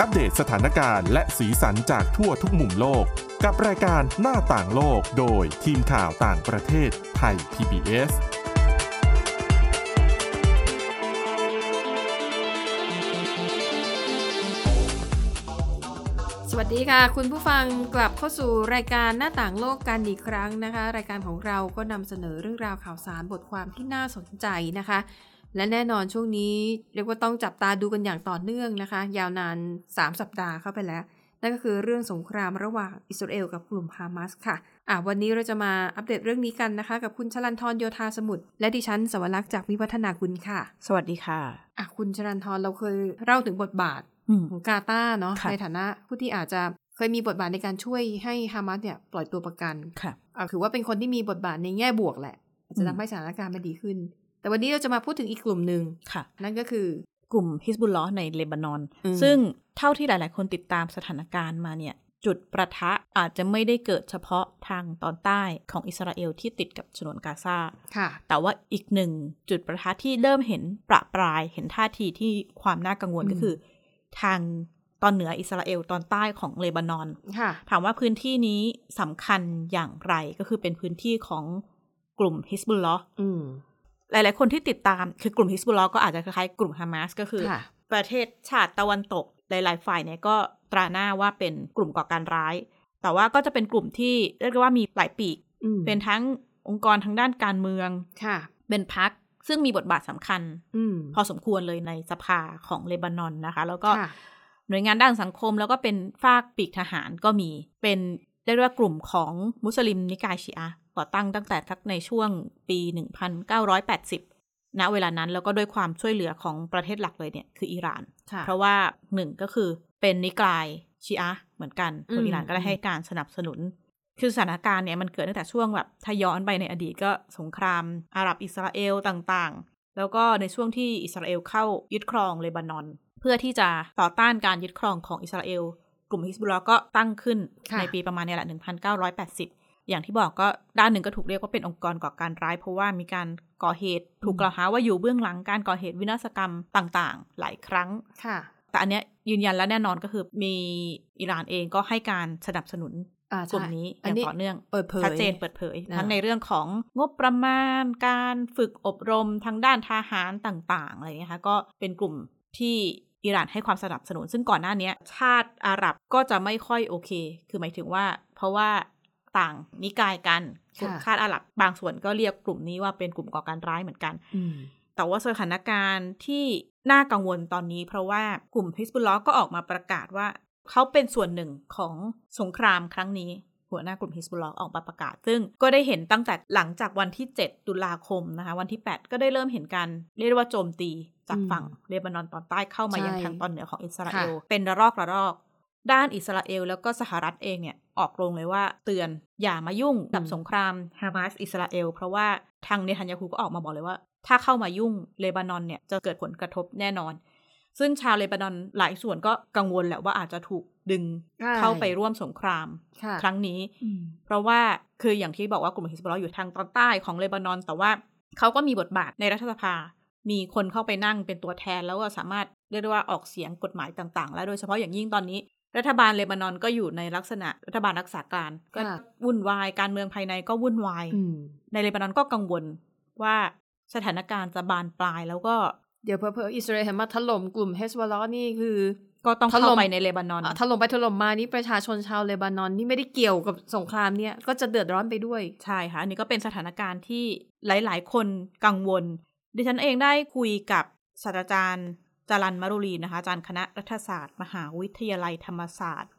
อัปเดตสถานการณ์และสีสันจากทั่วทุกมุมโลก กับรายการหน้าต่างโลกโดยทีมข่าวต่างประเทศไทย PBS สวัสดีค่ะ คุณผู้ฟังกลับเข้าสู่รายการหน้าต่างโลกกันอีกครั้งนะคะ รายการของเราก็นำเสนอเรื่องราวข่าวสารบทความที่น่าสนใจนะคะ และแน่นอนช่วงนี้เรียกว่าต้องจับตาดูกันอย่างต่อเนื่องนะคะ ยาวนาน 3 สัปดาห์เข้าไปแล้ว นั่นก็คือเรื่องสงครามระหว่างอิสราเอลกับกลุ่มฮามาสค่ะอ่ะ วันนี้เราจะมาอัปเดตเรื่องนี้กันนะคะ กับคุณชลันทรโยธาสมุทรและดิฉันสวรักษ์จากวิวัฒนาคุณค่ะ สวัสดีค่ะ อ่ะคุณชลันทรเราเคยเล่าถึงบทบาท ของกาตาร์เนาะ ค่ะ ในฐานะผู้ที่อาจจะเคยมีบทบาทในการช่วยให้ฮามาสเนี่ยปล่อยตัวประกัน ค่ะ อ่ะถือว่าเป็นคนที่มีบทบาทในแง่บวกแหละ อาจจะ อืม ทำให้สถานการณ์มันดีขึ้น แต่วันนี้เราจะมาพูดถึงอีกกลุ่มหนึ่ง ค่ะ นั่นก็คือ กลุ่มฮิสบุลลอในเลบานอน อืม ซึ่งเท่าที่หลาย ๆ คนติดตามสถานการณ์มาเนี่ย จุดประทะอาจจะไม่ได้เกิดเฉพาะทางตอนใต้ของอิสราเอลที่ติดกับฉนวนกาซา ค่ะ แต่ว่าอีกหนึ่งจุดประทะที่เริ่มเห็นประปรายเห็นท่าทีที่ความน่ากังวล อืม ก็คือ ทางตอนเหนืออิสราเอลตอนใต้ของเลบานอน ค่ะ ถามว่าพื้นที่นี้สำคัญอย่างไรก็คือเป็นพื้นที่ของกลุ่มฮิสบุลลอ อืม หลาย ๆ คนที่ติดตามคือกลุ่มฮิสบุลลอก็อาจจะคล้ายๆกลุ่มฮามาสก็คือ ค่ะ ประเทศชาติตะวันตกหลาย ๆ ฝ่ายเนี่ยก็ตราหน้าว่าเป็นกลุ่มก่อการร้าย แต่ว่าก็จะเป็นกลุ่มที่เรียกได้ว่ามีหลายปีก อืม เป็นทั้งองค์กรทางด้านการเมือง ค่ะ เป็นพรรคซึ่งมีบทบาทสำคัญ อืม พอสมควรเลยในสภาของเลบานอนนะคะ แล้วก็ ค่ะ หน่วยงานด้านสังคมแล้วก็เป็นฝากปีกทหารก็มี เป็นเรียกได้ว่ากลุ่มของมุสลิมนิกายชีอะห์ก่อตั้งตั้งแต่ทักในช่วงปี 1980 ณ เวลานั้นแล้วก็ด้วยความช่วยเหลือของประเทศหลักเลยเนี่ยคืออิหร่าน ค่ะ เพราะว่าหนึ่งก็คือเป็นนิกายชีอะห์เหมือนกัน อืม คนอิหร่านก็ได้ให้การสนับสนุน คือสถานการณ์เนี่ยมันเกิดตั้งแต่ช่วงแบบถ้าย้อนไปในอดีตก็สงครามอาหรับอิสราเอลต่างๆ แล้วก็ในช่วงที่อิสราเอลเข้ายึดครองเลบานอน เพื่อที่จะต่อต้านการยึดครองของอิสราเอล กลุ่มฮิสบุลลอห์ก็ตั้งขึ้น ค่ะ ในปีประมาณเนี่ยแหละ 1980 อย่างที่บอกก็ด้านหนึ่งก็ถูกเรียกว่าเป็นองค์กรก่อการร้าย เพราะว่ามีการก่อเหตุถูกกล่าวหาว่าอยู่เบื้องหลังการก่อเหตุวินาศกรรมต่างๆ หลายครั้ง ค่ะ แต่อันเนี้ยยืนยันและแน่นอนก็คือมีอิหร่านเองก็ให้การสนับสนุน อ่าก ใช่ ลุ่มนี้อ อัน ย่าง นี้ ต่อเนื่อง เปิดเผย ชัดเจนเปิดเผย นะ ทั้งในเรื่องของงบประมาณการฝึกอบรมทางด้านทหารต่างๆอะไรอย่างเงี้ยค่ะก็เป็นกลุ่มที่อิหร่านให้ความสนับสนุน ซึ่งก่อนหน้าเนี้ยชาติอาหรับก็จะไม่ค่อยโอเค คือหมายถึงว่า เพราะว่าต่างนิกายกันกลุ่มชาติอาหรับบางส่วนก็เรียกกลุ่มนี้ว่าเป็นกลุ่มก่อการร้ายเหมือนกัน อืม แต่ว่าสถานการณ์ที่น่ากังวลตอนนี้ เพราะว่ากลุ่มฮิสบุลลอก็ออกมาประกาศว่า เขาเป็นส่วนหนึ่งของสงครามครั้งนี้ หัวหน้ากลุ่มฮิสบุลลอออกมาประกาศ ซึ่งก็ได้เห็นตั้งแต่หลังจากวันที่ 7 ตุลาคมนะคะ วันที่ 8 ก็ได้เริ่มเห็นการเรียกได้ว่าโจมตีจากฝั่งเลบานอนตอนใต้เข้ามา ใช่ ยังทางตอนเหนือของอิสราเอล ค่ะ เป็นระลอกระลอก ด้านอิสราเอลแล้วก็สหรัฐเองเนี่ยออกโรงเลยว่าเตือนอย่ามายุ่งกับ อืม สงครามฮามาสอิสราเอล เพราะว่าทางเนทันยาฮูก็ออกมาบอกเลยว่า ถ้าเข้ามายุ่งเลบานอนเนี่ยจะเกิดผลกระทบแน่นอน ซึ่งชาวเลบานอนหลายส่วนก็กังวลแหละว่าอาจจะถูกดึงเข้าไปร่วมสงคราม ค่ะ ครั้งนี้ เพราะว่าคืออย่างที่บอกว่ากลุ่มฮิสบอลอยู่ทางตอนใต้ของเลบานอน แต่ว่าเขาก็มีบทบาทในรัฐสภา มีคนเข้าไปนั่งเป็นตัวแทนแล้วก็สามารถเรียกได้ว่าออกเสียงกฎหมายต่างๆ และโดยเฉพาะอย่างยิ่งตอนนี้ รัฐบาลเลบานอนก็อยู่ในลักษณะรัฐบาลรักษาการ ก็วุ่นวายการเมืองภายในก็วุ่นวาย อืม ในเลบานอนก็กังวลว่าสถานการณ์จะบานปลายแล้วก็ เดี๋ยวเพอเพออิสราเอลมาถล่มกลุ่มเฮสบอลนี่คือ ก็ต้อถงเข้า ล่ม ไปในเลบานอน อ่ะถล่มไปถล่มมานี่ประชาชนชาวเลบานอนนี่ไม่ได้เกี่ยวกับสงครามเนี่ยก็จะเดือดร้อนไปด้วย ใช่ค่ะ อันนี้ก็เป็นสถานการณ์ที่หลาย ๆ คนกังวล ดิฉันเองได้คุยกับศาสตราจารย์จารันมารุลีนะคะอาจารย์คณะรัฐศาสตร์ มหาวิทยาลัยธรรมศาสตร์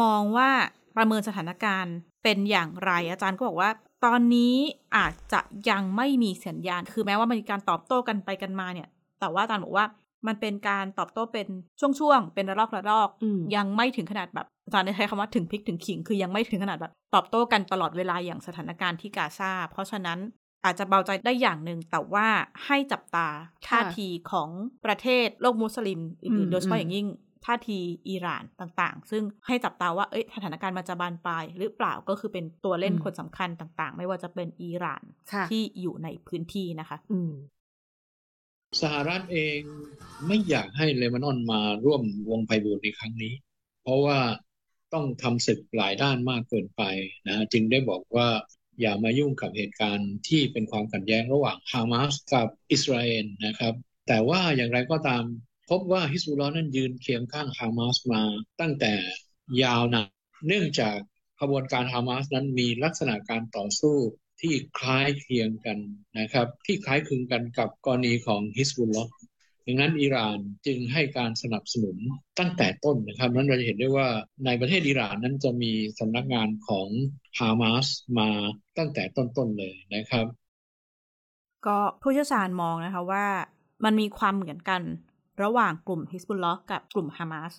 มองว่าประเมินสถานการณ์เป็นอย่างไร อาจารย์ก็บอกว่า ตอนนี้อาจจะยังไม่มีสัญญาณ คือแม้ว่ามันมีการตอบโต้กันไปกันมาเนี่ย แต่ว่าอาจารย์บอกว่ามันเป็นการตอบโต้เป็นช่วง ๆ เป็นระลอกระลอก อืม ยังไม่ถึงขนาดแบบอาจารย์ใช้คำว่าถึงพริกถึงขิง คือยังไม่ถึงขนาดแบบตอบโต้กันตลอดเวลาอย่างสถานการณ์ที่กาซาเพราะฉะนั้นอาจจะเบาใจได้อย่างหนึ่งแต่ว่าให้จับตาท่า ค่ะ ทีของประเทศโลกมุสลิมอื่ อื น ม ๆโดยเฉ อื พาะ ม อย่างยิ่งท่าทีอิหร่านต่างๆ ซึ่งให้จับตาว่าเอ้ยสถานการณ์มันจะบานปลายหรือเปล่าก็คือเป็นตัวเล่นคนสำคัญต่าง ๆ ไม่ว่าจะเป็นอิหร่าน ค่ะ ที่อยู่ในพื้นที่นะคะ อืม สหรัฐเองไม่อยากให้เลบานอนมาร่วมวงไพบูลย์ในครั้งนี้ เพราะว่าต้องทำศึกหลายด้านมากเกินไปนะจึงได้บอกว่าอย่ามายุ่งกับเหตุการณ์ที่เป็นความขัดแย้งระหว่างฮามาสกับอิสราเอลนะครับ แต่ว่าอย่างไรก็ตามพบว่าฮิสบุลลอฮ์นั้นยืนเคียงข้างฮามาสมาตั้งแต่ยาวนานเนื่องจากขบวนการฮามาสนั้นมีลักษณะการต่อสู้ที่คล้ายเคียงกันนะครับ ที่คล้ายคลึงกันกับกรณีของฮิสบุลลอฮ์ดังนั้นอิหร่านจึงให้การสนับสนุนตั้งแต่ต้นนะครับนั้นเราจะเห็นได้ว่าในประเทศอิหร่านนั้นจะมีสำนักงานของฮามาสมาตั้งแต่ต้นๆเลยนะครับ ก็ผู้เชี่ยวชาญมองนะคะว่ามันมีความเหมือนกันระหว่างกลุ่มฮิสบุลลอห์กับกลุ่มฮามาส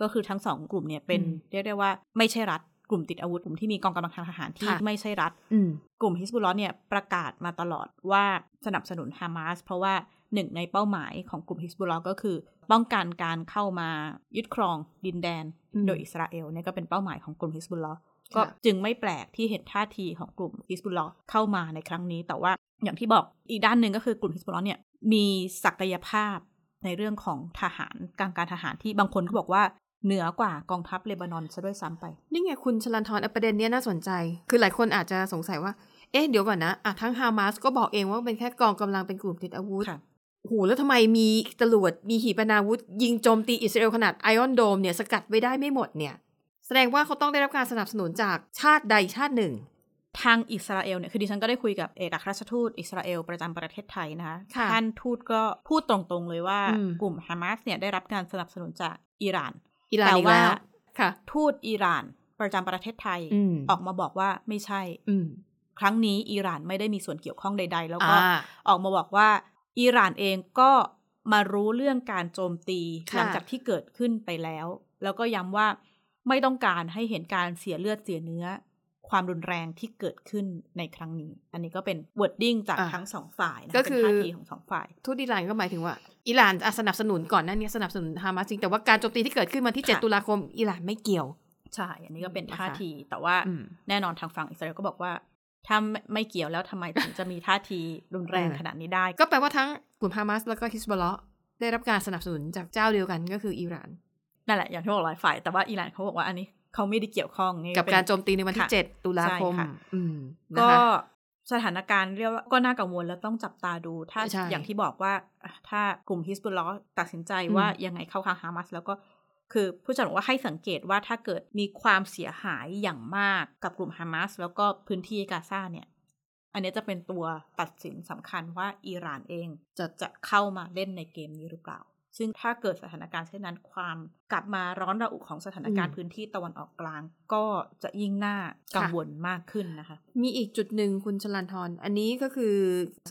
ก็คือทั้งสองกลุ่มเนี่ยเป็น อืม เรียกได้ว่าไม่ใช่รัฐ กลุ่มติดอาวุธกลุ่มที่มีกองกำลังทางทหารที่ ค่ะ ไม่ใช่รัฐ อืม กลุ่มฮิสบุลลอห์เนี่ยประกาศมาตลอดว่าสนับสนุนฮามาสเพราะว่าหนึ่งในเป้าหมายของกลุ่มฮิสบุลลอห์ก็คือ ป้องกันการเข้ามายึดครองดินแดน อืม โดยอิสราเอลเนี่ยก็เป็นเป้าหมายของกลุ่มฮิสบุลลอห์ ค่ะ ก็จึงไม่แปลกที่เห็นท่าทีของกลุ่มฮิสบุลลอห์เข้ามาในครั้งนี้ แต่ว่าอย่างที่บอกอีกด้านหนึ่งก็คือกลุ่มฮิสบุลลอห์เนี่ยมีศักยภาพในเรื่องของทหารการการทหารที่บางคนก็บอกว่าเหนือกว่ากองทัพเลบานอนซะด้วยซ้ำไป นี่ไงคุณชลันทรเอาประเด็นเนี้ยน่าสนใจ คือหลายคนอาจจะสงสัยว่า เอ๊ะเดี๋ยวก่อนนะอ่ะทั้งฮามาสก็บอกเองว่าเป็นแค่กองกำลังเป็นกลุ่มติดอาวุธ โอ้โหแล้วทำไมมีตำรวจมีขีปนาวุธ ยิงโจมตีอิสราเอลขนาดไอออนโดมเนี่ยสกัดไว้ได้ไม่หมดเนี่ย แสดงว่าเขาต้องได้รับการสนับสนุนจากชาติใดชาติหนึ่ง ทางอิสราเอลเนี่ย คือดิฉันก็ได้คุยกับเอกอัครราชทูตอิสราเอลประจำประเทศไทยนะคะ ค่ะ ท่านทูตก็พูดตรงๆเลยว่า อืม กลุ่มฮามาสเนี่ยได้รับการสนับสนุนจากอิหร่าน อิหร่าน แต่ อีก ว่า แล้วค่ะ ทูตอิหร่านประจำประเทศไทย อืม ออกมาบอกว่าไม่ใช่ อืม ครั้งนี้อิหร่านไม่ได้มีส่วนเกี่ยวข้องใด ๆ แล้วก็ อ่า ออกมาบอกว่าอิหร่านเองก็มารู้เรื่องการโจมตี ค่ะ หลัจากที่เกิดขึ้นไปแล้ว แล้วก็ย้ำว่าไม่ต้องการให้เห็นการเสียเลือดเสียเนื้อ ความรุนแรงที่เกิดขึ้นในครั้งนี้ อันนี้ก็เป็น wording จาก อ่ะ ทั้งสองฝ่ายนะะ ก็คือ เป็นท่าทีของสองฝ่าย ทูตอิหร่านก็หมายถึงว่าอิหร่านอ่ะสนับสนุนก่อนหน้านี้สนับสนุนฮามาสจริงแต่ว่าการโจมตีที่เกิดขึ้นวันที่ 7 ค่ะ ตุลาคมอิหร่านไม่เกี่ยว ใช่ อันนี้ก็เป็น นะคะ ท่าที แต่ว่า อืม แน่นอนทางฝั่งอิสราเอลก็บอกว่าถ้าไม่เกี่ยวแล้วทำไมถึงจะมีท่าทีรุนแรง อืม ขนาดนี้ได้ ก็แปลว่าทั้งกลุ่มฮามาสแล้วก็ฮิสบอลเลาะห์ได้รับการสนับสนุนจากเจ้าเดียวกันก็คืออิหร่าน นั่นแหละอย่างที่บอกหลายฝ่าย แต่ว่าอิหร่านเขาบอกว่าอันนี้เขาไม่ได้เกี่ยวข้องนี่ กับ เป็น การโจมตีในวันที่ ค่ะ 7 ตุลาคม ใช่ค่ะ อืมนะ ก็ คะ สถานการณ์เรียกว่าก็น่ากังวลแล้วต้องจับตาดู ถ้า ใช่ อย่างที่บอกว่าอ่ะถ้ากลุ่มฮิสบุลลอห์ตัดสินใจว่า อืม ยังไงเข้าข้างฮามาสแล้วก็คือผู้จัดบอกว่าให้สังเกตว่าถ้าเกิดมีความเสียหายอย่างมากกับกลุ่มฮามาสแล้วก็พื้นที่กาซาเนี่ย อันเนี้ยจะเป็นตัวตัดสินสำคัญว่าอิหร่านเองจะจะเข้ามาเล่นในเกมนี้หรือเปล่า ซึ่งถ้าเกิดสถานการณ์เช่นนั้นความกลับมาร้อนระอุของสถานการณ์พื้นที่ตะวันออกกลาง ก็จะยิ่งน่ากังวลมากขึ้นนะคะ มีอีกจุดหนึ่งคุณชลันทรอันนี้ก็คือ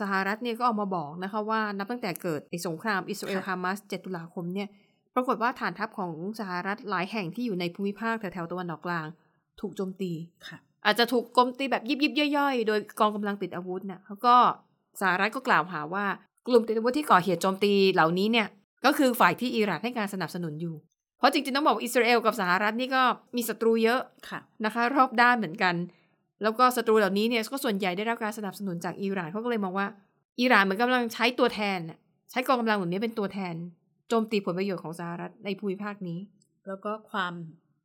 สหรัฐเนี่ยก็ออกมาบอกนะคะว่านับตั้งแต่เกิดไอ้สงครามอิสราเอล ค่ะ ฮามาส 7 ตุลาคมเนี่ย ปรากฏว่าฐานทัพของสหรัฐหลายแห่งที่อยู่ในภูมิภาคแถวๆตะวันออกกลาง ถูกโจมตี ค่ะ อาจจะถูกโจมตีแบบยิบยิบๆย่อยๆ โดยกองกำลังติดอาวุธน่ะเขาก็สหรัฐก็กล่าวหาว่ากลุ่มติดอาวุธที่ก่อเหตุโจมตีเหล่านี้เนี่ยก็คือฝ่ายที่อิหร่านให้การสนับสนุนอยู่ เพราะจริงๆต้องบอกว่าอิสราเอลกับสหรัฐนี่ก็มีศัตรูเยอะ ค่ะ นะคะรอบด้านเหมือนกัน แล้วก็ศัตรูเหล่านี้เนี่ยก็ส่วนใหญ่ได้รับการสนับสนุนจากอิหร่านเขาก็เลยมองว่าอิหร่านเหมือนกำลังใช้ตัวแทนน่ะใช้กองกำลังเหล่านี้เป็นตัวแทนโจมตีผลประโยชน์ของสหรัฐในภูมิภาคนี้ แล้วก็ความ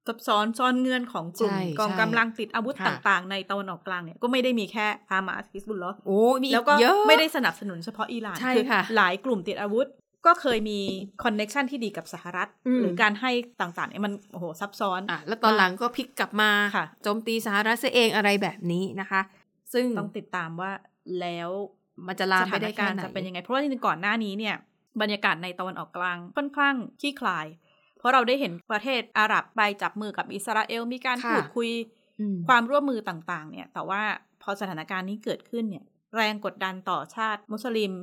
ซับซ้อนซ่อนเงื่อนของกลุ่ม ใช่ กองกำลังติดอาวุธ ค่ะ ต่างๆ ในตะวันออกกลางเนี่ยก็ไม่ได้มีแค่ฮามาสฮิสบุลลอห์ โอ้มีอี แล้วก็ เยอะ ไม่ได้สนับสนุนเฉพาะอิหร่าน ใช่ คือ ค่ะ หลายกลุ่มติดอาวุธ ก็เคยมีคอนเน็ชันที่ดีกับสหรัฐ อืม หรือการให้ต่างๆเนี่ยมันโอ้โหซับซ้อน อ่ะแล้วตอนหลังก็พลิกกลับมา ค่ะ โจมตีสหรัฐเสียเองอะไรแบบนี้นะคะ ซึ่ง ต้องติดตามว่าแล้ว มันจะลามไปสถาน ได้ กา แค่ รณ์ ไหน จะเป็นยังไง เพราะว่าจริงๆก่อนหน้านี้เนี่ยบรรยากาศในตะวันออกกลางค่อนข้างคลี่คลาย เพราะเราได้เห็นประเทศอาหรับไปจับมือกับอิสราเอลมีการ ค่ะ พูดคุย อืม ความร่วมมือต่างๆ เนี่ย แต่ว่าพอสถานการณ์นี้เกิดขึ้นเนี่ย แรงกดดันต่อชาติมุสลิม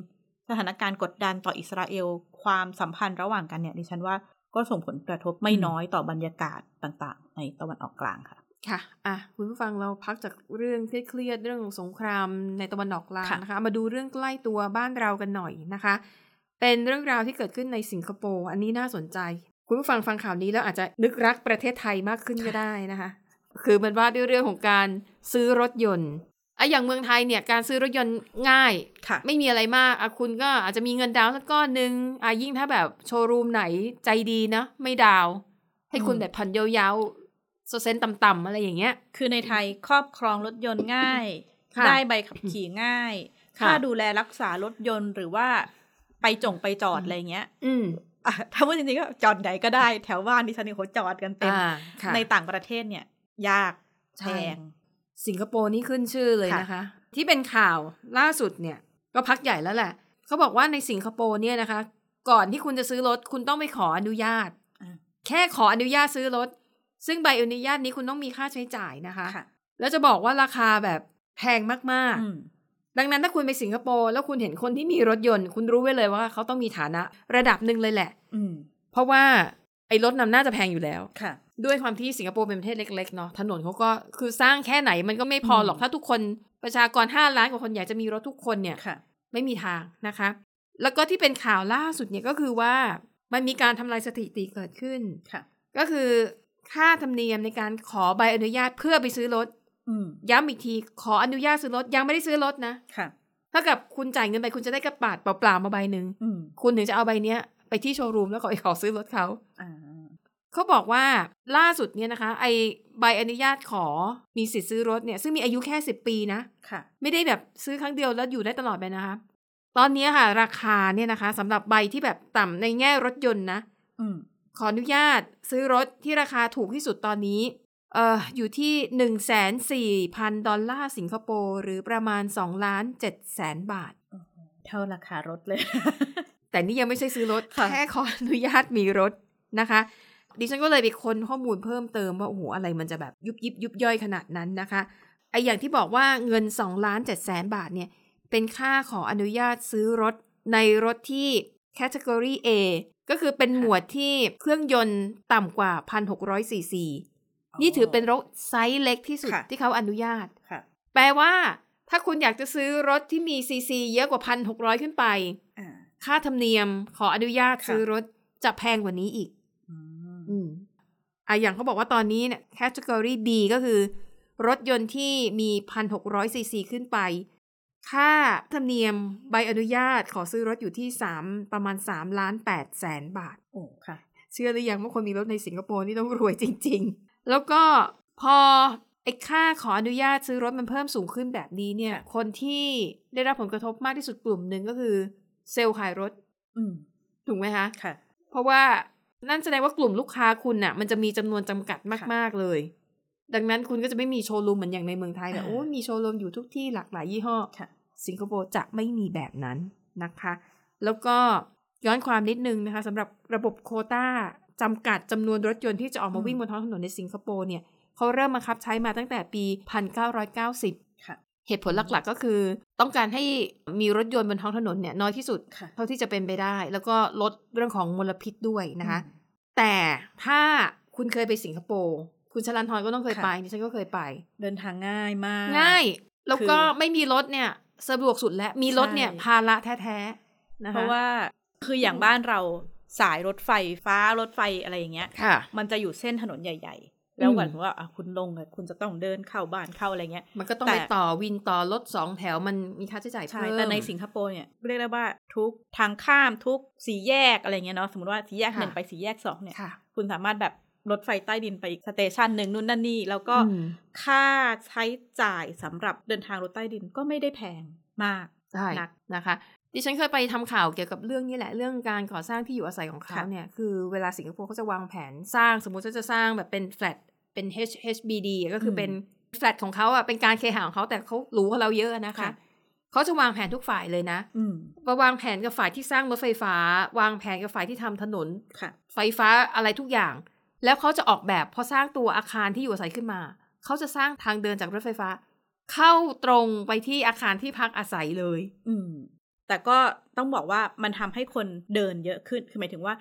สถานการณ์กดดันต่ออิสราเอล ความสัมพันธ์ระหว่างกันเนี่ยดิฉันว่าก็ส่งผลกระทบไม่ อืม น้อยต่อบรรยากาศต่างๆ ในตะวันออกกลางค่ะ ค่ะ อ่ะ คุณผู้ฟังเราพักจากเรื่องเครียดๆเรื่องของสงครามในตะวันออกกลาง ค่ะ นะคะ มาดูเรื่องใกล้ตัวบ้านเรากันหน่อยนะคะ เป็นเรื่องราวที่เกิดขึ้นในสิงคโปร์ อันนี้น่าสนใจ คุณผู้ฟังฟังข่าวนี้แล้วอาจจะนึกรักประเทศไทยมากขึ้นก็ได้นะคะ คือมันว่าด้วยเรื่องของการซื้อรถยนต์ อะอย่างเมืองไทยเนี่ยการซื้อรถยนต์ง่าย ค่ะ ไม่มีอะไรมากอะคุณก็อาจจะมีเงินดาวน์สักก้อนหนึ่งอะยิ่งถ้าแบบโชว์รูมไหนใจดีนะ ไม่ดาวน์ให้คุณ อืม แบบผ่อนยาวๆโซเซนต์ต่ำๆอะไรอย่างเงี้ย คือในไทยครอบครองรถยนต์ง่าย ค่ะ ได้ใบขับขี่ง่าย ค่ะ ค่าดูแลรักษารถยนต์หรือว่าไปจงไปจอดอะไรอย่างเงี้ย อืม อ่ะถ้าพูดจริงๆก็จอดไหนก็ได้ แถวบ้านดิฉันนี่เขาจอดกันเต็ม อ่าค่ะ ในต่างประเทศเนี่ย ยาก ใช่ แพง สิงคโปร์นี่ขึ้นชื่อเลย ค่ะ นะคะ ที่เป็นข่าวล่าสุดเนี่ย ก็พักใหญ่แล้วแหละ เขาบอกว่าในสิงคโปร์เนี่ยนะคะ ก่อนที่คุณจะซื้อรถ คุณต้องไปขออนุญาต อ่า แค่ขออนุญาตซื้อรถ ซึ่งใบอนุญาตนี้คุณต้องมีค่าใช้จ่ายนะคะ ค่ะ แล้วจะบอกว่าราคาแบบแพงมาก อืม ๆ ดังนั้นถ้าคุณไปสิงคโปร์แล้วคุณเห็นคนที่มีรถยนต์ คุณรู้ไว้เลยว่าเขาต้องมีฐานะระดับหนึ่งเลยแหละ อืม เพราะว่าไอ้รถนำหน้าจะแพงอยู่แล้ว ค่ะ ด้วยความที่สิงคโปร์เป็นประเทศเล็กๆเนาะถนนเขาก็คือสร้างแค่ไหนมันก็ไม่พอหรอก อืม ถ้าทุกคนประชากร 5 ล้านกว่าคนอยากจะมีรถทุกคนเนี่ย ค่ะ ไม่มีทางนะคะ แล้วก็ที่เป็นข่าวล่าสุดเนี่ยก็คือว่ามันมีการทำลายสถิติเกิดขึ้น ค่ะ ก็คือค่าธรรมเนียมในการขอใบอนุญาตเพื่อไปซื้อรถ อืม ย้ำอีกทีขออนุญาตซื้อรถยังไม่ได้ซื้อรถนะ ค่ะ ถ้ากับคุณจ่ายเงินไปคุณจะได้กระปาดเปล่าๆมาใบหนึ่ง อืม คุณถึงจะเอาใบเนี้ยไปที่โชว์รูมแล้วก็ไปขอซื้อรถเขา อ่า เขาบอกว่าล่าสุดเนี่ยนะคะ ไอใบอนุญาตขอมีสิทธิ์ซื้อรถเนี่ย ซึ่งมีอายุแค่สิบปีนะ ค่ะ ไม่ได้แบบซื้อครั้งเดียวแล้วอยู่ได้ตลอดไปนะคะ ตอนนี้ค่ะ ราคาเนี่ยนะคะสำหรับใบที่แบบต่ำในแง่รถยนต์นะ อืม ขออนุญาตซื้อรถที่ราคาถูกที่สุดตอนนี้เอ่ออยู่ที่หนึ่งแสนสี่พันดอลลาร์สิงคโปร์หรือประมาณสองล้านเจ็ดแสนบาท เท่าราคารถเลย แต่นี่ยังไม่ใช่ซื้อรถ ค่ะ แค่ขออนุญาตมีรถนะคะ ดิฉันก็เลยไปค้นข้อมูลเพิ่มเติมว่าโอ้โหอะไรมันจะแบบยุบยิบยุบย่อยขนาดนั้นนะคะไออย่างที่บอกว่าเงิน2ล้าน7แสนบาทเนี่ย เป็นค่าขออนุญาตซื้อรถในรถที่ category A ก็คือเป็นหมวดที่เครื่องยนต์ต่ำกว่า 1,600 cc นี่ถือเป็นรถไซส์เล็กที่สุด ค่ะ ที่เขาอนุญาต ค่ะ แปลว่า ถ้าคุณอยากจะซื้อรถที่มี cc เยอะกว่า 1,600 ขึ้นไป อ่า ค่าธรรมเนียมขออนุญาต ค่ะ ซื้อรถจะแพงกว่านี้อีก อืม อืมอ่ะอย่างเขาบอกว่าตอนนี้เนี่ย category B ก็คือ รถยนต์ที่มี 1,600 ซีซีขึ้นไป ค่าธรรมเนียมใบอนุญาตขอซื้อรถอยู่ที่ 3 ประมาณ3ล้าน8แสนบาท โอ้ค่ะ เชื่อหรือยังว่าคนมีรถในสิงคโปร์นี่ต้องรวยจริง ๆ แล้วก็พอไอ้ค่าขออนุญาตซื้อรถมันเพิ่มสูงขึ้นแบบนี้เนี่ย คนที่ได้รับผลกระทบมากที่สุดกลุ่มหนึ่งก็คือ เซลล์ขายรถ อืม ถูกไหมคะ ค่ะ เพราะว่านั่นแสดงว่ากลุ่มลูกค้าคุณน่ะ มันจะมีจำนวนจำกัดมาก ๆ เลย ดังนั้นคุณก็จะไม่มีโชว์รูมเหมือนอย่างในเมืองไทยแต่ อ่า โอ้ยมีโชว์รูมอยู่ทุกที่หลากหลายยี่ห้อ ค่ะ สิงคโปร์จะไม่มีแบบนั้นนะคะ แล้วก็ย้อนความนิดนึงนะคะสำหรับระบบโควต้าจำกัดจำนวนรถยนต์ที่จะออกมา อืม วิ่งบนท้องถนนในสิงคโปร์เนี่ยเขาเริ่มมาคับใช้มาตั้งแต่ปี 1990 ค่ะ เหตุผลหลักๆ ก็คือ ต้องการให้มีรถยนต์บนท้องถนนเนี่ยน้อยที่สุด ค่ะ เท่าที่จะเป็นไปได้ แล้วก็ลดเรื่องของมลพิษด้วยนะคะ แต่ถ้าคุณเคยไปสิงคโปร์ คุณชลันทรก็ต้องเคยไปดิฉันก็เคยไป เดินทางง่ายมาก ง่าย แล้วก็ คือ ไม่มีรถเนี่ยสะดวกสุดแล้ว มีรถเนี่ย ใช่ ภาระแท้ๆนะคะ เพราะว่าคืออย่างบ้านเราสายรถไฟฟ้ารถไฟอะไรอย่างเงี้ย ค่ะ มันจะอยู่เส้นถนนใหญ่ ๆ แล้ว อืม เหมือนว่าอ่ะคุณลงอะคุณจะต้องเดินเข้าบ้านเข้าอะไรเงี้ย มันก็ต้อง แต่ ไปต่อวินต่อรถสองแถวมันมีค่าใช้จ่าย ใช่ เพิ่ม แต่ในสิงคโปร์เนี่ยเรียกได้ว่าทุกทางข้ามทุกสี่แยกอะไรเงี้ยเนาะสมมติว่าสี่แยก ค่ะ หนึ่งไปสี่แยกสองเนี่ย ค่ะ คุณสามารถแบบรถไฟใต้ดินไปอีกสเตชันหนึ่งนู่นนั่นนี่ แล้วก็ อืม ค่าใช้จ่ายสำหรับเดินทางรถใต้ดินก็ไม่ได้แพงมาก ใช่ หนัก นะคะ ดิฉันเคยไปทำข่าวเกี่ยวกับเรื่องนี้แหละ เรื่องการก่อสร้างที่อยู่อาศัยของเขา ค่ะ เนี่ย คือเวลาสิงคโปร์เขาจะวางแผนสร้างสมมุติว่าจะสร้างแบบเป็นแฟลตเป็น H HBD ก็คือเป็นแฟลตของเขาอ่ะเป็นการเคหะของเขาแต่เขารู้กับเราเยอะนะคะ เขาจะวางแผนทุกฝ่ายเลยนะ อืม มาวางแผนกับฝ่ายที่สร้างรถไฟฟ้า วางแผนกับฝ่ายที่ทำถนน ค่ะ ไฟฟ้าอะไรทุกอย่าง แล้วเขาจะออกแบบพอสร้างตัวอาคารที่อยู่อาศัยขึ้นมา เขาจะสร้างทางเดินจากรถไฟฟ้า เข้าตรงไปที่อาคารที่พักอาศัยเลย อืม แต่ก็ต้องบอกว่ามันทำให้คนเดินเยอะขึ้น คือหมายถึงว่า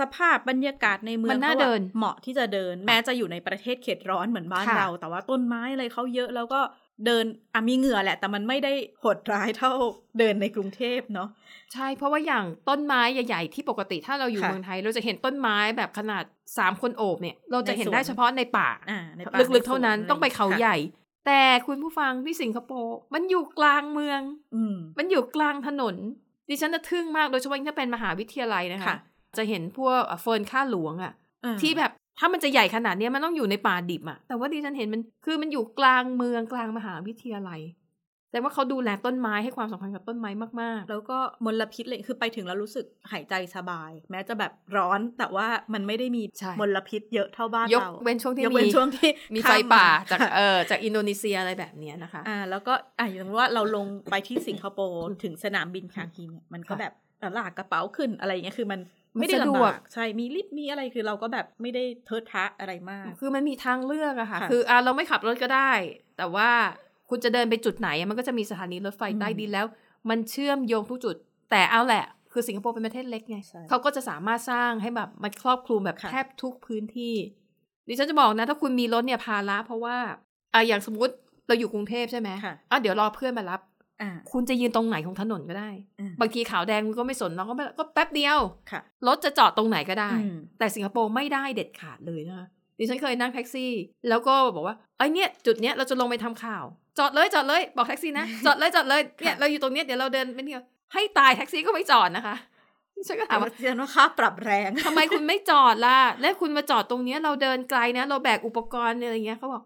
สภาพบรรยากาศในเมือง มันน่า ขอะ เดิน เหมาะที่จะเดิน แม้จะอยู่ในประเทศเขตร้อนเหมือนบ้าน ค่ะ เรา แต่ว่าต้นไม้อะไรเขาเยอะแล้วก็เดินอ่ะมีเหงื่อแหละ แต่มันไม่ได้โหดร้ายเท่าเดินในกรุงเทพเนาะ ใช่เพราะว่าอย่างต้นไม้ใหญ่ๆ ที่ปกติถ้าเราอยู่ ค่ะ เมืองไทย เราจะเห็นต้นไม้แบบขนาดสามคนโอบเนี่ย เราจะเห็นได้ ในสวน เฉพาะในป่า อ่าในป่า ลึก ใส ๆ ว เท่านั้น อะไร ต้องไปเขา ค่ะ ใหญ่ แต่คุณผู้ฟังที่สิงคโปร์มันอยู่กลางเมือง อืม มันอยู่กลางถนน ดิฉันจะทึ่งมากโดยเฉพาะยิ่งถ้าเป็นมหาวิทยาลัยนะคะ ค่ะ จะเห็นพวกเฟิร์นค่าหลวงอะ อ่า ที่แบบถ้ามันจะใหญ่ขนาดเนี้ยมันต้องอยู่ในป่าดิบอะแต่ว่าดิฉันเห็นมันคือมันอยู่กลางเมืองกลางมหาวิทยาลัย แต่ว่าเขาดูแลต้นไม้ให้ความสำคัญกับต้นไม้มาก แล้วก็มลพิษเลยคือไปถึงแล้วรู้สึกหายใจสบาย แม้จะแบบร้อนแต่ว่ามันไม่ได้มี ๆ ใช่ มลพิษเยอะเท่าบ้าน ยก เรา เว้นช่วงที่ ยกเว้นช่วงที่ มีไฟ ข้ ป่า มา จาก ค่ะ เออจากอินโดนีเซียอะไรแบบเนี้ยนะคะ อ่า แล้วก็อ่ะอย่างว่าเราลงไปที่สิงคโปร์ถึงสนามบินคาคีเนี่ยมันก็ ค่ะ แบบอ่ะลากกระเป๋าขึ้นอะไรอย่างเงี้ยคือมัน มัน ไม่ได้ สะด ลำ วก บากใช่มีลิฟต์มีอะไรคือเราก็แบบไม่ได้เทอะทะอะไรมาก คือมันมีทางเลือกอะค่ะ ค่ะ คืออ่ะเราไม่ขับรถก็ได้ แต่ว่าคุณจะเดินไปจุดไหนอะมันก็จะมีสถานีรถไฟใต้ อืม ดินแล้ว มันเชื่อมโยงทุกจุด แต่เอาแหละ คือสิงคโปร์เป็นประเทศเล็กไง ใช่ เขาก็จะสามารถสร้างให้แบบมันครอบคลุมแบบ ค่ะ แทบทุกพื้นที่ ดิฉันจะบอกนะ ถ้าคุณมีรถเนี่ยพาละเพราะว่าอ่ะอย่างสมมติเราอยู่กรุงเทพใช่ไหม ค่ะ อ่ะเดี๋ยวรอเพื่อนมารับ อ่า คุณจะยืนตรงไหนของถนนก็ได้ อ่า บางทีขาวแดงคุณก็ไม่สนเราก็ไม่ก็แป๊บเดียว ค่ะ รถจะจอดตรงไหนก็ได้ อืม แต่สิงคโปร์ไม่ได้เด็ดขาดเลยนะคะดิฉันเคยนั่งแท็กซี่ แล้วก็บอกว่าไอ้ยเนี่ยจุดเนี้ยเราจะลงไปทำข่าว จอดเลยจอดเลยบอกแท็ก ซี่นะ จอดเลยจอดเลยเนี่ย ค่ะ เราอยู่ตรงเนี้ยเดี๋ยวเราเดินไปเที่ยวให้ตายแท็กซี่ก็ไม่จอดนะคะดิฉันก็ถามว่า เรียนว่าค่าปรับแรง ทำไมคุณไม่จอดล่ะแล้วคุณมาจอดตรงเนี้ยเราเดินไกลนะ เราแบกอุปกรณ์อะไรอย่างเงี้ยเขาบอก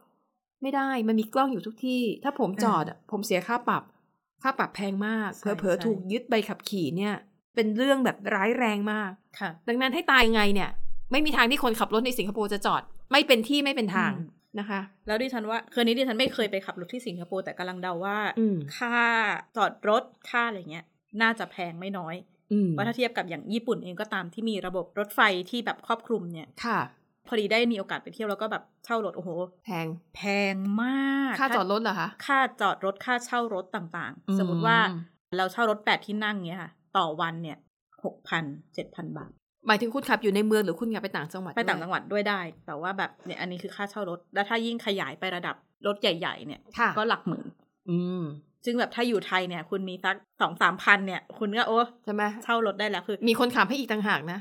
ไม่ได้มันมีกล้องอยู่ทุกที่ ถ้าผมจอดอะผมเสียค่าปรับ ค่าปรับแพงมาก ใช่ เผลอ ใช่ ๆถูกยึดใบขับขี่เนี่ย เป็นเรื่องแบบร้ายแรงมาก ค่ะ ดังนั้นให้ตายยังไงเนี่ย ไม่มีทางที่คนขับรถในสิงคโปร์จะจอด ไม่เป็นที่ไม่เป็นทาง อืม นะคะ แล้วดิฉันว่าคืนนี้ดิฉันไม่เคยไปขับรถที่สิงคโปร์แต่กำลังเดาว่า อืม ค่าจอดรถค่าอะไรเงี้ย น่าจะแพงไม่น้อย อืม เพราะถ้าเทียบกับอย่างญี่ปุ่นเองก็ตามที่มีระบบรถไฟที่แบบครอบคลุมเนี่ย ค่ะ พอดีได้มีโอกาสไปเที่ยวแล้วก็แบบเช่ารถโอ้โห แพง แพงมาก ค่าจอดรถเหรอคะ ค่าจอดรถค่าเช่ารถต่าง อืม ๆ สมมติว่าเราเช่ารถแปดที่นั่งเนี้ยค่ะ ต่อวันเนี่ยหกพันเจ็ดพันบาท หมายถึงคุณขับอยู่ในเมืองหรือคุณขับไปต่างจังหวัด ไปต่าด้งย จังหวัดด้วยได้ แต่ว่าแบบเนี่ยอันนี้คือค่าเช่ารถ แล้วถ้ายิ่งขยายไประดับรถใหญ่ๆเนี่ย ค่ะ ก็หลักหมื่น อืม ซึ่งแบบถ้าอยู่ไทยเนี่ย คุณมีสักสองสามพันเนี่ย คุณก็โอ้ ใช่ไหม เช่ารถได้แล้วคือ มีคนขับให้อีกต่างหากนะ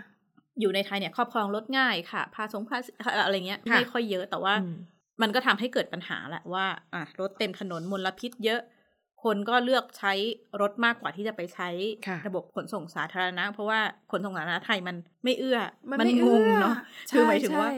อยู่ในไทยเนี่ยครอบครองรถง่ายค่ะภาสงภาษีอะไรเงี้ย ค่ะ ไม่ค่อยเยอะแต่ว่า อืม มันก็ทำให้เกิดปัญหาแหละว่าอ่ะรถเต็มถนนมลพิษเยอะ คนก็เลือกใช้รถมากกว่าที่จะไปใช้ ค่ะ ระบบขนส่งสาธารณะ เพราะว่าขนส่งสาธารณะไทยมันไม่เอื้อ ไม่ ง อื้ ง อ เนาะ ใช่ คือหมายถึงว่า ใช่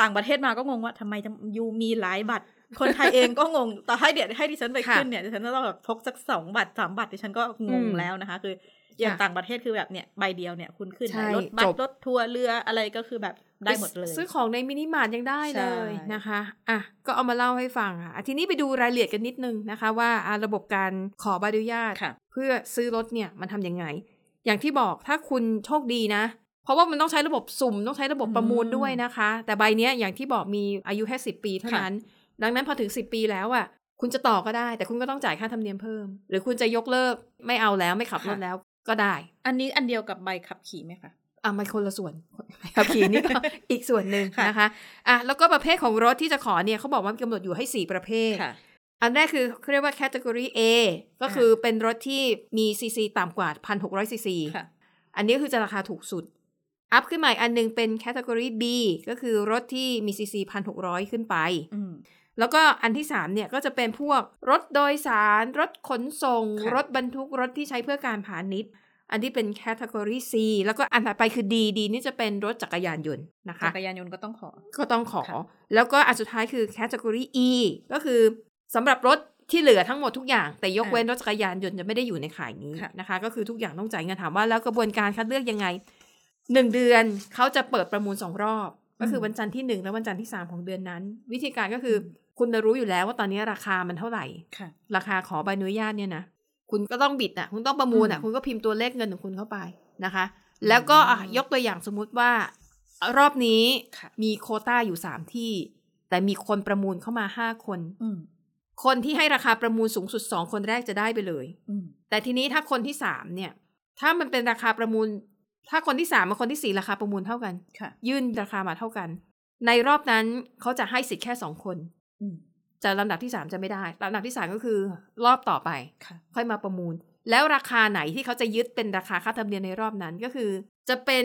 ต่างประเทศมาก็งงว่าทำไมจะยูมีหลายบัตร คนไทยเองก็งงแต่ให้เดี๋ยวให้ดิฉันไป ค่ะ ขึ้นเนี่ยดิฉันก็ต้องแบบพกสักสองบัตรสามบัตรดิฉันก็งง อืม แล้วนะคะ คืออย่าง ค่ะ ต่างประเทศคือแบบเนี่ยใบเดียวเนี่ยคุณขึ้น ใช่ ได้รถบั จ ส บ รถทัวร์เรืออะไรก็คือแบบได้หมดเลย ปซื้อของในมินิมาร์ทยังได้เลย ใช่ นะคะอ่ะก็เอามาเล่าให้ฟังค่ะอ่ะ ทีนี้ไปดูรายละเอียดกันนิดนึงนะคะ ว่าอ่ะระบบการขอใบอนุญาต ค่ะ เพื่อซื้อรถเนี่ยมันทำยังไง อย่างที่บอกถ้าคุณโชคดีนะ เพราะว่ามันต้องใช้ระบบสุ่มต้องใช้ระบบประมูล อืม ด้วยนะคะ แต่ใบเนี้ยอย่างที่บอกมีอายุแค่สิปีเท่านั้น ดังนั้นพอถึง 10 ปีแล้วอะ่ะ คุณจะต่อก็ได้ แต่คุณก็ต้องจ่ายค่าธรรมเนียมเพิ่ม หรือคุณจะยกเลิกไม่เอาแล้วไม่ขับรถ ค่ะ แล้วก็ได้ อันนี้อันเดียวกับใบขับขี่ไหมคะ อ่ะมัน คนละส่วน ขับขี่นี่ก็ อีกส่วนหนึ่ง ค่ะ นะคะอ่ะแล้วก็ประเภทของรถที่จะขอเนี่ยเขาบอกว่ามีกำหนดอยู่ให้สี่ประเภท ค่ะ อันแรกคือเขาเรียกว่า category A ก็ อ่า คือเป็นรถที่มีซีซีต่ำกว่า 1,600ซีซี ค่ะ อันนี้ก็คือจะราคาถูกสุด อัพขึ้นมาอีกอันหนึงเป็น category B ก็คือรถที่มีซีซี1,600 ขึ้นไป อืม แล้วก็อันที่ 3 เนี่ยก็จะเป็นพวกรถโดยสาร รถขนส่ง ค่ะ รถบรรทุกรถที่ใช้เพื่อการพาณิชย์ อันที่เป็น category C แล้วก็อันถัดไปคือ D D นี่จะเป็นรถจักรยานยนต์นะคะ จักรยานยนต์ก็ต้องขอ ก็ต้องขอ ค่ะ แล้วก็อันสุดท้ายคือ category E ก็คือสำหรับรถที่เหลือทั้งหมดทุกอย่าง แต่ยก อ่า เว้นรถจักรยานยนต์จะไม่ได้อยู่ในข่ายนี้ ค่ะ นะคะ ก็คือทุกอย่างต้องจ่ายเงินถามว่าแล้วกระบวนการคัดเลือกยังไงหนึ่งเดือนเขาจะเปิดประมูลสองรอบ ก็คือวันจันทร์ที่หนึ่งและวันจันทร์ที่สามของเดือนนั้น วิธีการก็คืออคุณจะรู้อยู่แล้วว่าตอนนี้ราคามันเท่าไหร่ ค่ะ ราคาขอใบอนุญาตเนี่ยนะคุณก็ต้องบิดนะคุณต้องประมูลนะ อืม คุณก็พิมพ์ตัวเลขเงินของคุณเข้าไปนะคะ แล้วก็อ่ะ อืม ยกตัวอย่างสมมุติว่า รอบนี้ ค่ะ มีโควต้าอยู่สามที่ แต่มีคนประมูลเข้ามาห้าคน อืม คนที่ให้ราคาประมูลสูงสุดสองคนแรกจะได้ไปเลย อืม แต่ทีนี้ถ้าคนที่สามเนี่ย ถ้ามันเป็นราคาประมูล ถ้าคนที่สามกับคนที่สี่ราคาประมูลเท่ากัน ค่ะ ยื่นราคามาเท่ากัน ในรอบนั้นเขาจะให้สิทธิ์แค่สองคน อืม จะลำดับที่สามจะไม่ได้ลำดับที่สามก็คือรอบต่อไป ค่ะ ค่อยมาประมูล แล้วราคาไหนที่เขาจะยึดเป็นราคาค่าธรรมเนียมในรอบนั้นก็คือ จะเป็น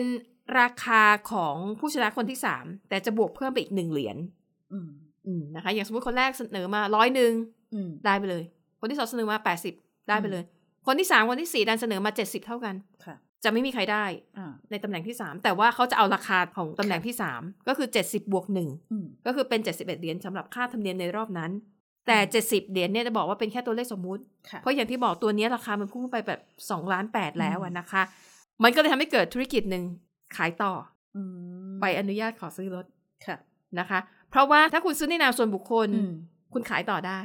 ราคาของผู้ชนะคนที่สามแต่จะบวกเพิ่มไปอีกหนึ่งเหรียญ อืม อืมนะคะ อย่างสมมติคนแรกเสนอมาร้อยหนึ่ง อืม ได้ไปเลย คนที่สองเสนอมาแปดสิบได้ไปเลย คนที่สามคนที่สี่ดันเสนอมาเจ็ดสิบเท่ากัน ค่ะ จะไม่มีใครได้ อ่า ในตำแหน่งที่สามแต่ว่าเขาจะเอาราคาของตำแหน่งที่สามก็คือเจ็ดสิบบวกหนึ่ง อืม ก็คือเป็น 71 เหรียญสำหรับค่าธรรมเนียมในรอบนั้น แต่ 70 เหรียญเนี่ยจะบอกว่าเป็นแค่ตัวเลขสมมุติ ค่ะ เพราะอย่างที่บอกตัวเนี้ยราคามันพุ่งไปแบบ2ล้าน8แล้วอะนะคะ มันก็เลยทำให้เกิดธุรกิจหนึ่งขายต่อ อืม ใบอนุญาตขอซื้อรถ ค่ะ นะคะ เพราะว่าถ้าคุณซื้อในนามส่วนบุคคล อืม คุณขายต่อได้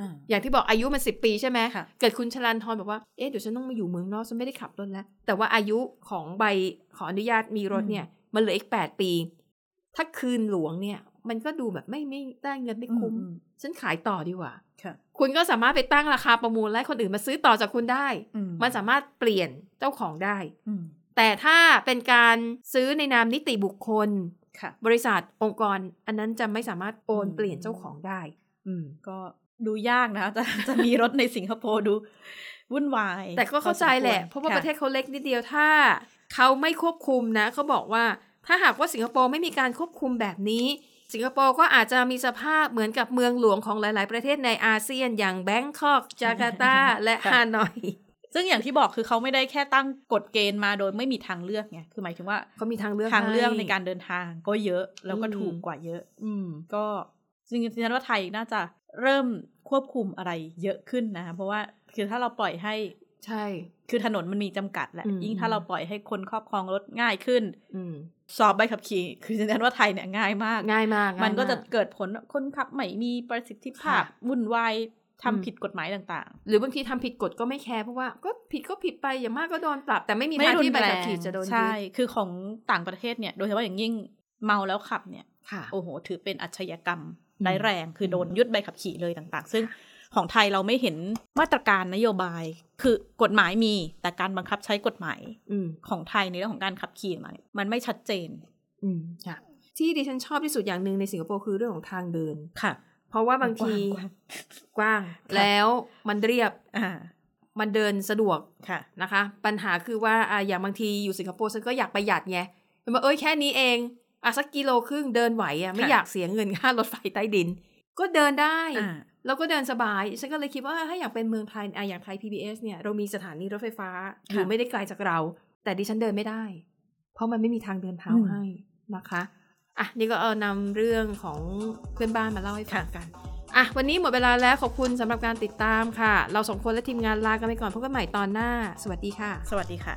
อ่า อย่างที่บอกอายุมัน 10 ปีใช่ไหม ค่ะ เกิดคุณชลันทรบอกว่า เอ๊ะเดี๋ยวฉันต้องมาอยู่เมืองนอกฉันไม่ได้ขับรถแล้ว แต่ว่าอายุของใบขออนุญาตมีรถเนี่ย มันเหลืออีก 8 ปี ถ้าคืนหลวงเนี่ย มันก็ดูแบบไม่ไม่ได้เงินไม่คุ้ม อื ฉันขายต่อดีกว่า ค่ะ คุณก็สามารถไปตั้งราคาประมูลและให้คนอื่นมาซื้อต่อจากคุณได้ อื มันสามารถเปลี่ยนเจ้าของได้ อืม แต่ถ้าเป็นการซื้อในนามนิติบุคคล ค่ะ บริษัทองค์กร อันนั้นจะไม่สามารถโอน อืม เปลี่ยนเจ้าของได้ อืม ก็ดูยากนะคะ จะจะมีรถในสิงคโปร์ดู วุ่นวาย แต่ก็เข้าใจแหละ เพ พอสมค ราะว่าประเทศเขาเล็กนิดเดียวถ้าเขาไม่ควบคุมนะเขาบอกว่าถ้าหากว่าสิงคโปร์ไม่มีการควบคุมแบบนี้ สิงคโปร์ก็อาจจะมีสภาพเหมือนกับเมืองหลวงของหลาย ๆ ประเทศในอาเซียน อย่างแบงกอกจาการ์ตา และฮานอย ซึ่งอย่างที่บอกคือเขาไม่ได้แค่ตั้งกฎเกณฑ์มาโดยไม่มีทางเลือกไงคือหมายถึงว่า เขามีทางเลือก ทางเลือกในการ ให้ เดินทางก็เยอะแล้วก็ อืม ถูกกว่าเยอะ อืม ก็จริงๆฉันว่าไทยน่าจะเริ่มควบคุมอะไรเยอะขึ้นนะเพราะว่าคือถ้าเราปล่อยให้ ใช่ คือถนนมันมีจำกัดแหละ อืม ยิ่งถ้าเราปล่อยให้คนครอบครองรถง่ายขึ้น อืม สอบใบขับขี่ คือฉันว่าไทยเนี่ยง่ายมาก ง่ายมาก มันก็จะ ง่ายา เกิดผลว่าคนขับไม่มีประสิทธิภาพ ค่ะ วุ่นวาย อืม ทำผิดกฎหมายต่าง หรือบางทีทำผิดกฎก็ไม่แคร์เพราะว่าก็ผิดก็ผิดไปอย่างมากก็โดนปรับ แต่ไม่ ๆ มีทางที่ใบขับขี่จะโดนยึ ใช่ ด คือของต่างประเทศเนี่ย โดยเฉพาะอย่างยิ่งเมาแล้วขับเนี่ย ค่ะ โอ้โห ถือเป็นอาชญากรรม อืม ร้ายแรง คือโดนยึดใบขับขี่เลยต่างๆ ซึ่งของไทยเราไม่เห็นมาตรการนโยบาย คือกฎหมายมี แต่การบังคับใช้กฎหมาย อืม ของไทยในเรื่องของการขับขี่มาเนี่ยมันไม่ชัดเจน อืมค่ะที่ดิฉันชอบที่สุดอย่างหนึ่งในสิงคโปร์คือเรื่องของทางเดิน ค่ะ เพราะว่าบางที กว้าง กว้าง ค่ะ แล้วมันเรียบ อ่า มันเดินสะดวก ค่ะ นะคะ ปัญหาคือว่าอ่ะอย่างบางทีอยู่สิงคโปร์ฉันก็อยากประหยัดไงมันบอกเอ้ยแค่นี้เองอ่ะสักกิโลครึ่งเดินไหวอ่ะไม่ ค่ะ อยากเสียเงินค่ารถไฟใต้ดิน ก็เดินได้ อ่า แล้วก็เดินสบาย ฉันก็เลยคิดว่าถ้าอย่างเป็นเมืองไทยอ่ะอย่างไทย PBS เนี่ยเรามีสถานีรถไฟฟ้าอค่ะยู่ไม่ได้ไกลจากเรา แต่ดิฉันเดินไม่ได้ เพราะมันไม่มีทางเดินเท้า อืม ให้นะคะอ่ะนี่ก็เอานำเรื่องของเพื่อนบ้านมาเล่าให้ฟัง ค่ะ กันอ่ะวันนี้หมดเวลาแล้วขอบคุณสำหรับการติดตามค่ะ เราสองคนและทีมงานลากันไปก่อนพบกันใหม่ตอนหน้า สวัสดีค่ะ สวัสดีค่ะ